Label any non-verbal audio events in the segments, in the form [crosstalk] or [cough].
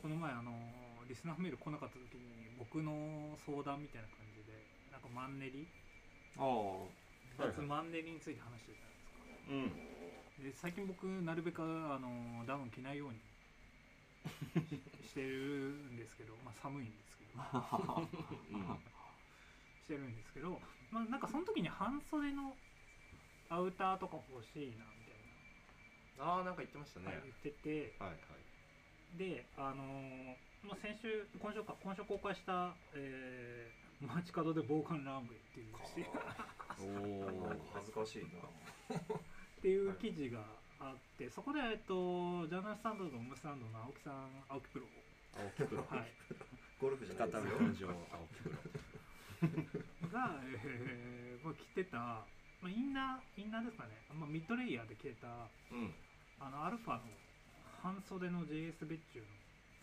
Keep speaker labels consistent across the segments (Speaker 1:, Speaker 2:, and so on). Speaker 1: この前あのリスナーメール来なかった時に僕の相談みたいな感じでなんかマンネリ
Speaker 2: ああはい
Speaker 1: まずマンネリについて話してたじゃないですか
Speaker 2: うん
Speaker 1: で最近僕なるべくあのダウン着ないようにし [laughs] してるんですけど、まあ、寒いんですけど [laughs] してるんですけど、まあ、なんかその時に半袖のアウターとか欲しいなみ
Speaker 2: ああなんか言ってました
Speaker 1: たいな、
Speaker 2: ね
Speaker 1: 言ってて
Speaker 2: はいはい
Speaker 1: であのーまあ、先週今週か今週公開した、えー街角で防寒ランウェイっていうしっ
Speaker 2: お
Speaker 3: なんか
Speaker 2: お
Speaker 3: 恥ずかしいな
Speaker 1: ていう記事があってそこで、えっと、ジャーナルスタンドとムスタンドの青木さん青木プロ、
Speaker 2: 青木プロ
Speaker 1: はい、
Speaker 3: ゴルフじゃないですよ
Speaker 2: 分上青木プロ
Speaker 1: が、えー、まあ着てた、まあ、インナーインナーですかね、まあ、ミッドレイヤーで着てた
Speaker 2: うん
Speaker 1: あのアルファの半袖の JS ベッチュの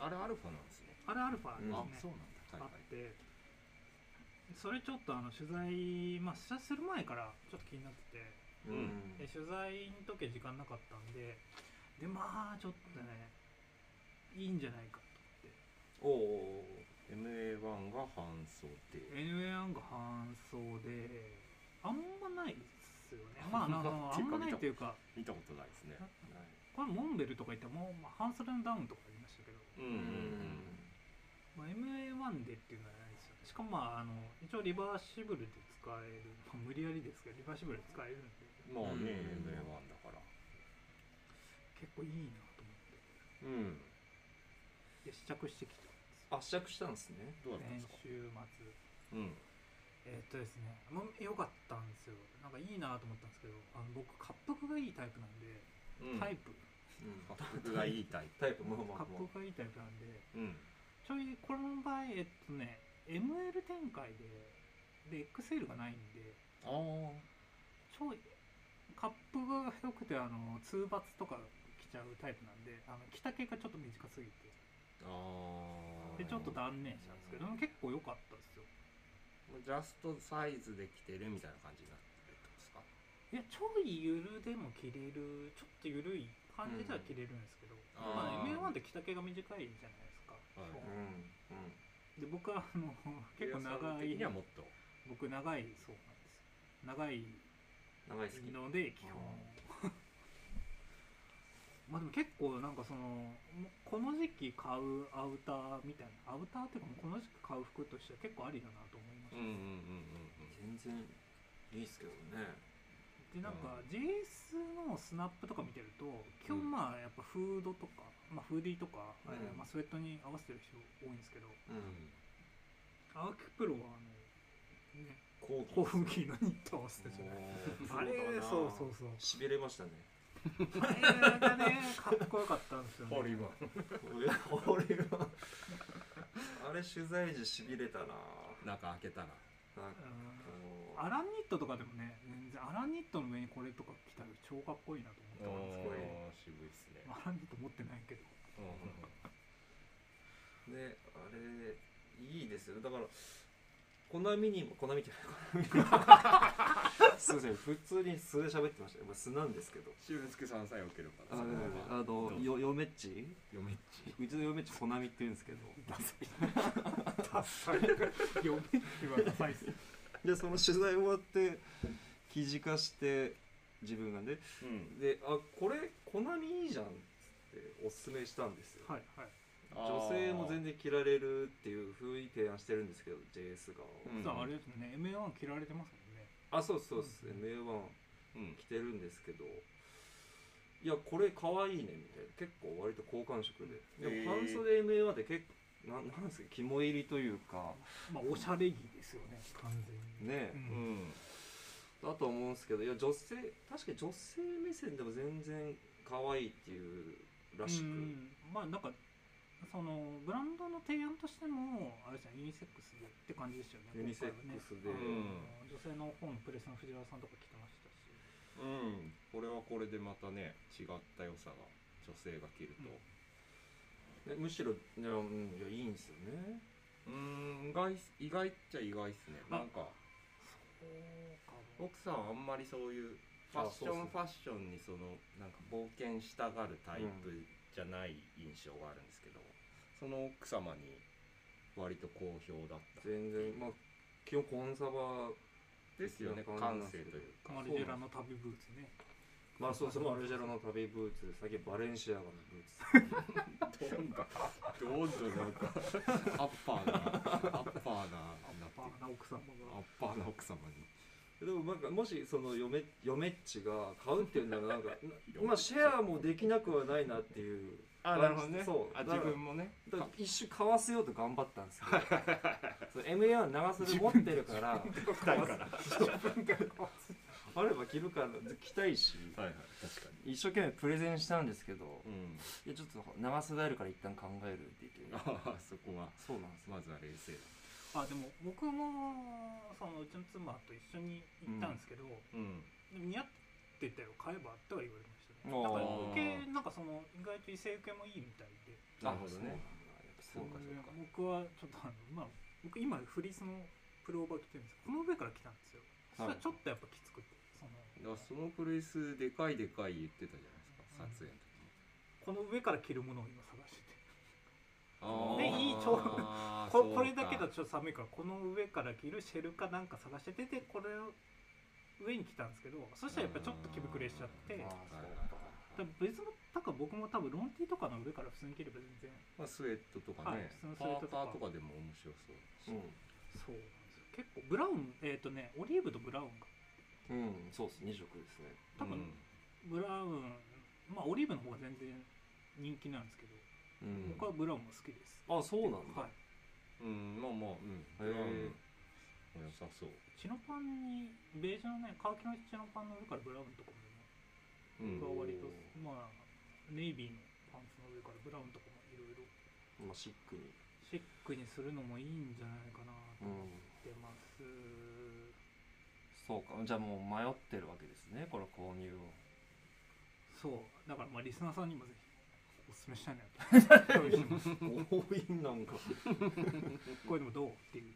Speaker 2: あれアルファなんですね
Speaker 1: あれアルファ
Speaker 3: うん
Speaker 1: ですね、
Speaker 2: なん
Speaker 1: あ
Speaker 2: だはいは
Speaker 1: って、それちょっとあの取材、まあ、取材する前からちょっと気になってて。
Speaker 2: う
Speaker 3: うんん、
Speaker 1: で取材の時は時間なかったんででまあちょっとねいいんじゃないか
Speaker 3: おお
Speaker 2: い MA1 が半袖
Speaker 1: NA1 が搬送であんまないですよねまああの
Speaker 2: っ
Speaker 1: あ
Speaker 2: ていうんか
Speaker 1: まないというか
Speaker 2: 見たことないですね
Speaker 1: これモンベルとか言っても、まあ、半袖のダウンとかありましたけど、
Speaker 2: うん
Speaker 3: うん
Speaker 1: まあ、MA1 でっていうのはないですよねしかもまああの一応リバーシブルで使える、まあ、無理やりですけどリバーシブルで使えるんで
Speaker 2: まあね
Speaker 3: うん
Speaker 2: MA1 だから
Speaker 1: 結構いいなと思
Speaker 2: うん
Speaker 1: ってで試着してきたんですよ
Speaker 3: 圧着したんですね
Speaker 2: どうだったんで
Speaker 1: 先
Speaker 2: すか
Speaker 1: 週末
Speaker 2: うん
Speaker 1: えーっとですね、まあ、良かったんですよなんかいいなと思ったんですけどあの僕滑腹がいいタイプなんで、
Speaker 2: うん
Speaker 1: タイプ
Speaker 3: うん
Speaker 2: 僕がいいタイ
Speaker 3: タイプもも
Speaker 1: 滑
Speaker 3: も
Speaker 1: 腹がいいタイプなんで
Speaker 2: プうん
Speaker 1: ちょいこの場合えっとね ML 展開でで XL がないんで
Speaker 2: ああ
Speaker 1: ちょい滑腹が良くてあの通バツとか着ちゃうタイプなんであの着丈がちょっと短すぎて
Speaker 2: ああ
Speaker 1: でちょっと断念したんですけど
Speaker 2: うん
Speaker 1: 結構良かったですよ
Speaker 2: ジャストサイズで着てるみたいな感じになってるってことですか
Speaker 1: いやちょいゆるでも着れるちょっとゆるい感じでは着れるんですけど、
Speaker 2: うん
Speaker 1: ま
Speaker 2: あ
Speaker 1: あ、
Speaker 2: ー
Speaker 1: MA1 って着丈が短いじゃないですか、
Speaker 2: はい
Speaker 3: うんうん
Speaker 1: で僕はあの結構長
Speaker 2: 的
Speaker 1: い
Speaker 2: にはもっと
Speaker 1: 僕長いそうなんですよ長い
Speaker 3: 長い好き
Speaker 1: ので基本まあでも結構なんかそのもうこの時期買うアウターみたいなアウターっていうかもうこの時期買う服としては結構ありだなと思いまし
Speaker 2: う
Speaker 1: た、
Speaker 2: んうんうん
Speaker 3: 全然いいっすけどね
Speaker 1: でなんか JS のスナップとか見てると今日まあやっぱフードとか、まあ、フーディーとか、
Speaker 3: う
Speaker 1: え
Speaker 3: ん
Speaker 1: ーまあ、スウェットに合わせてる人多いんですけど
Speaker 3: う
Speaker 2: うんうん
Speaker 3: ん
Speaker 1: 青木プロはあのね
Speaker 3: 後
Speaker 1: コーギーのニットを合わせてるじゃないあれそうそうそう
Speaker 3: しびれましたね
Speaker 1: あれがねかっこよかったんですよね
Speaker 2: ホリマン
Speaker 3: 俺はあれ取材時しびれたな
Speaker 2: 中開けたら
Speaker 3: なんか
Speaker 1: うん
Speaker 3: こう
Speaker 1: アランニットとかでもね全然アランニットの上にこれとか着たら超かっこいいなと思ったんですけど
Speaker 2: 渋いっすね
Speaker 1: アランニット持ってないけど
Speaker 3: ねあれいいですよだからコナミにもコナミじゃないコナ [laughs] ミすいません普通に素で喋ってましたよ、まあ、素なんですけど
Speaker 2: 俊介さんさえ受けるから
Speaker 3: あのあのよ嫁っち
Speaker 2: 嫁っ
Speaker 3: うちの嫁っちコナミって言うんですけど
Speaker 1: ダサい読めってはダサいっす
Speaker 3: でその取材終わって記事化して自分がね
Speaker 2: ちうん
Speaker 3: であこれコナミいいじゃんっつっておすすめしたんですよ
Speaker 1: はいはい
Speaker 3: 女性も
Speaker 2: 然
Speaker 3: 全然着られるっていう風に提案してるんですけど JS 側を、
Speaker 2: うん
Speaker 1: さああれですね MA1 着られてますもんね
Speaker 3: あそうそうです、
Speaker 1: うん
Speaker 3: MA1
Speaker 2: うん
Speaker 3: 着てるんですけどいやこれ可愛いねみたいな結構割と好感触で、
Speaker 2: へー
Speaker 3: でも半袖 MA1 って結構なんなんですか肝入りというか
Speaker 1: まあおしゃれ着ですよね完全に
Speaker 3: ね、
Speaker 1: うん
Speaker 2: うん
Speaker 3: だと思うんですけどいや女性確かに女性目線でも全然可愛いっていうらし
Speaker 1: う
Speaker 3: く、
Speaker 1: んまあなんかそのブランドの提案としてもあれですねユニセックスでって感じでしたよね
Speaker 3: ユニセックスで
Speaker 1: 今回はあの
Speaker 2: うん
Speaker 1: 女性の方のプレスの藤原さんとか着てましたし
Speaker 2: うんこれはこれでまたね違った良さが女性が着ると
Speaker 3: ねむしろいや,、うん、いやいいんですよね
Speaker 2: うん意外っす意外っちゃ意外っすねなんか
Speaker 1: そうかも
Speaker 2: 奥さんはあんまりそういうファッションファッションにそのなんか冒険したがるタイプじゃない印象があるんですけど、その奥様に割と好評だった
Speaker 3: 全然まあ基本コンサバ
Speaker 2: ですよね
Speaker 3: そう
Speaker 2: 感性というか
Speaker 1: マルジェラの旅ブーツね
Speaker 3: まあそうそうマルジェロの旅ブーツで最近バレンシアガのブーツ
Speaker 2: どんどんどんどんなんかアッパー
Speaker 1: アッ
Speaker 2: なアッパーななって
Speaker 1: パーな奥様
Speaker 2: アッ
Speaker 1: が
Speaker 2: パーな奥様に
Speaker 3: でもなんかもしその嫁嫁っちが買うっていうなら
Speaker 2: [laughs]
Speaker 3: なんかまあシェアもできなくはないなっていう
Speaker 2: あなるほどね
Speaker 3: そう
Speaker 2: あ
Speaker 3: だか
Speaker 2: 自
Speaker 3: ら
Speaker 2: 分もね
Speaker 3: だから一瞬買わせようと頑張ったんです
Speaker 2: [laughs]
Speaker 3: けど MA は長袖持ってるから
Speaker 2: 来たい
Speaker 3: [laughs]
Speaker 2: からはい
Speaker 3: あれば着るから着たいし
Speaker 2: はい確かに
Speaker 3: 一生懸命プレゼンしたんですけど
Speaker 2: うん
Speaker 3: いやちょっと長袖あるから一旦考えるって言って
Speaker 2: ああそこは
Speaker 3: そうなんですよ
Speaker 2: まずは冷静だ
Speaker 1: あでも僕もそのうちの妻と一緒に行ったんですけど、
Speaker 2: うん
Speaker 1: でも似合ってたよ買えばとは言われましたねだから受けな
Speaker 3: あー
Speaker 1: んかその意外と異性受けもいいみたいで
Speaker 2: なるほどね
Speaker 3: そうなんだやっぱ
Speaker 1: 僕はちょっ
Speaker 3: そうかそうか
Speaker 1: とあのまあ僕今フリースのプローバー着てるんですけどこの上から着たんですよそれはちょっとやっぱきつくてその
Speaker 2: だからそのプレイスでかいでかい言ってたじゃないですか撮
Speaker 1: この
Speaker 2: 影の時
Speaker 1: 上から着るものを今探してて
Speaker 2: あ
Speaker 3: で
Speaker 1: いい
Speaker 2: ー
Speaker 1: ちょう
Speaker 2: あー
Speaker 1: こ
Speaker 2: そう
Speaker 1: こ
Speaker 2: か
Speaker 1: れだけだとちょっと寒いからこの上から着るシェルかなんか探しててでこれを上に着たんですけどそしたらやっぱちょっと着膨れしちゃって
Speaker 2: あー
Speaker 1: だか
Speaker 2: は
Speaker 1: ら
Speaker 2: いはい
Speaker 1: 別のだから僕も多分ロンティとかの上から普通に着れば全然
Speaker 2: まあ、スウェットとか
Speaker 1: はい
Speaker 2: ね
Speaker 1: 普通のスウェットとか
Speaker 2: パーカーとかでも面白そう
Speaker 3: う
Speaker 1: そうなんですよ結構ブラウンえっ、とねオリーブとブラウンか
Speaker 3: ん、うん、そうです2色ですね
Speaker 1: 多分、ブラウンまあオリーブの方が全然人気なんですけど
Speaker 3: う
Speaker 1: 僕はブラウンも好きです、
Speaker 3: あそうなんだ、
Speaker 1: はい
Speaker 2: うん、うん、まあまあうん
Speaker 3: へー
Speaker 2: うん良さそう
Speaker 1: チノパンにベージュのねカーキのチノパンの上からブラウンとかもね
Speaker 2: う
Speaker 1: 僕は
Speaker 2: ん
Speaker 1: 割と
Speaker 3: おー
Speaker 1: まあネイビーのパンツの上からブラウンとかもいろいろ
Speaker 3: まあ、シックに
Speaker 1: シックにするのもいいんじゃないかなと
Speaker 3: う
Speaker 1: 思っ
Speaker 3: ん
Speaker 1: てます、
Speaker 3: そうかじゃあもう迷ってるわけですねこれ購入を
Speaker 1: そうだからまあリスナーさんにもぜひおすすめしたいなと
Speaker 3: 多いなんか
Speaker 1: これでもどうっていう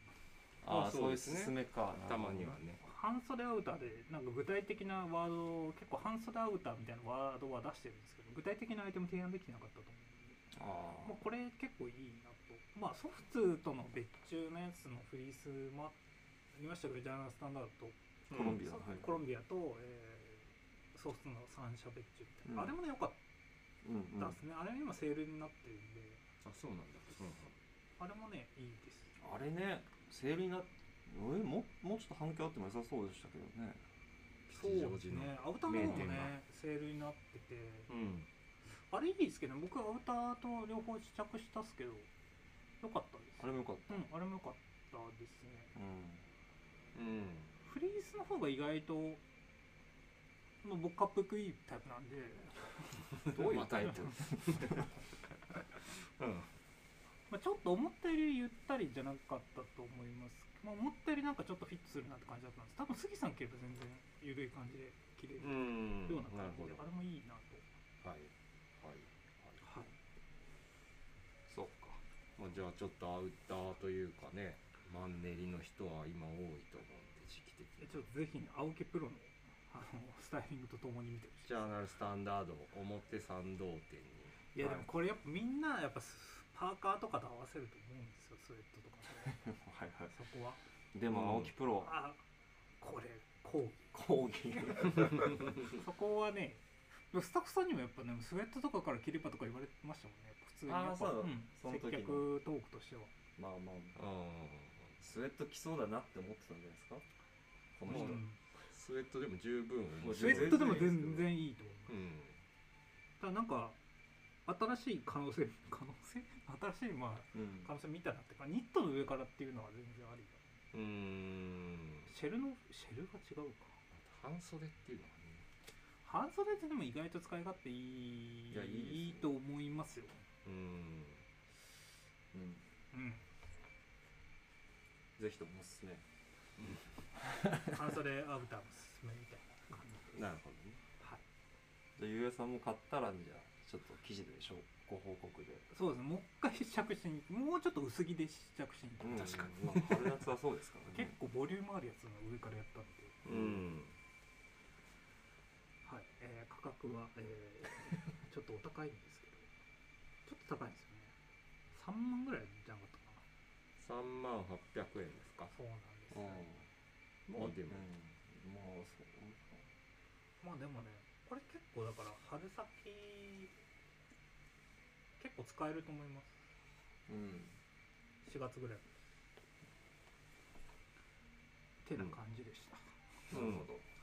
Speaker 2: あ
Speaker 3: ああ
Speaker 2: そで
Speaker 3: そうういう
Speaker 2: すね
Speaker 3: 勧めか
Speaker 2: たまにはね
Speaker 1: 半袖アウターでなんか具体的なワードを結構半袖アウターみたいなワードは出してるんですけど具体的なアイテム提案できなかったと思うんで
Speaker 3: あ
Speaker 1: まあ、これ結構いいなとまあソフツとの別注のやつのフリースもありましたけどジャーナルスタンダードと
Speaker 3: コロンビア
Speaker 1: そ
Speaker 3: はい
Speaker 1: コロンビアと、えーソフツの三社別注みたいな、
Speaker 3: う
Speaker 1: あれ
Speaker 3: ん
Speaker 1: もね良かっ
Speaker 3: うんうん
Speaker 1: たですね、あれ今セールになってるんで
Speaker 2: あそうなんだ、うん
Speaker 1: あれもねいいです
Speaker 3: あれねセールになっえももうちょっと反響あっても良さそうでしたけどね
Speaker 2: 吉祥寺の
Speaker 1: ねアウターの方も
Speaker 2: 名店
Speaker 1: ねセールになってて
Speaker 2: うん
Speaker 1: あれいいですけど僕アウターと両方試着したっすけど良かったです
Speaker 3: あれもよかった
Speaker 1: うんあれも良かったですね
Speaker 3: うん
Speaker 2: うん
Speaker 1: フリースの方が意外と、まあ、僕かっこよくいいタイプ
Speaker 2: [laughs]
Speaker 1: なんで
Speaker 3: どういうタイ
Speaker 1: [laughs]
Speaker 3: プ
Speaker 2: うん
Speaker 1: まあ、ちょっと思ったよりゆったりじゃなかったと思います、まあ、思ったよりなんかちょっとフィットするなって感じだったんです多分杉さん着れば全然緩い感じで着れ
Speaker 2: う
Speaker 1: るよ
Speaker 2: ん
Speaker 1: うな
Speaker 2: な
Speaker 1: 感
Speaker 2: るほ
Speaker 1: じ
Speaker 2: ど
Speaker 1: で、あれもいいなと、
Speaker 2: はいはいは
Speaker 1: は
Speaker 2: い
Speaker 1: い、
Speaker 3: そうか
Speaker 2: まあ、じゃあちょっとアウターというかねマンネリの人は今多いと思うんで時期
Speaker 1: え
Speaker 2: 的に
Speaker 1: ちょっとぜひね青木プロのあのスタイリングとともに見てほしい
Speaker 2: ジャーナルスタンダード表参道店
Speaker 1: い
Speaker 2: に
Speaker 1: やでもこれやっぱみんなやっぱスパーカーとかと合わせると思うんですよスウェットとかね
Speaker 3: [laughs] はいは
Speaker 1: そこはい
Speaker 3: でも青木プロ
Speaker 1: あ
Speaker 3: は
Speaker 1: これこう
Speaker 3: 講 [laughs] 義
Speaker 1: そこはねでもスタッフさんにもやっぱねスウェットとかから着ればとか言われてましたもんね普通にやっぱ
Speaker 3: あーそうそ
Speaker 1: ん、
Speaker 3: の時の
Speaker 1: 接客トークとしては
Speaker 3: まあまあ
Speaker 2: うん
Speaker 3: スウェット着そうだなって思ってたんじゃないですかこの人、
Speaker 2: う
Speaker 1: うん
Speaker 2: スウェットでも十分
Speaker 3: もう
Speaker 1: スウェットでも全然いいと思
Speaker 2: う
Speaker 1: う、
Speaker 2: ん
Speaker 1: ただなんか新しい可能性可能性新しいまあ
Speaker 3: うん
Speaker 1: 可能性見たなってかニットの上からっていうのは全然ありだ
Speaker 2: うーん
Speaker 1: シェルのシェルが違うか
Speaker 2: 半袖っていうのはね
Speaker 1: 半袖ってでも意外と使い勝手いい
Speaker 3: いやいいですね
Speaker 1: と思いますよ、
Speaker 2: うーん
Speaker 3: うん
Speaker 1: うん、
Speaker 3: ぜひともおすすめ
Speaker 1: 半袖アウターも勧めみたいな感じで
Speaker 2: なるほどね
Speaker 1: はい
Speaker 3: じゃあゆうやさんも買ったらじゃあちょっと記事でしょご報告で、
Speaker 1: そうですねもう一回試着しにもうちょっと薄着で試着しに行って
Speaker 3: 確かに、まあ、春夏はそうですから
Speaker 1: 結
Speaker 3: ね
Speaker 1: 構ボリュームあるやつの上からやったんで、
Speaker 2: うん
Speaker 1: はいえー価 [laughs] 格は、えーちょっとお高いんですけどちょっと高いんですよね3万ぐらいじゃなかったか
Speaker 2: 3万800円ですか
Speaker 1: なそうなんです
Speaker 3: う
Speaker 1: よ、
Speaker 3: ん
Speaker 2: まあで
Speaker 3: うん
Speaker 2: も、
Speaker 3: もうそう
Speaker 1: まあでもねこれ結構だから春先結構使えると思います
Speaker 3: うん
Speaker 1: 4月ぐらいてな感じでした、
Speaker 3: なるほど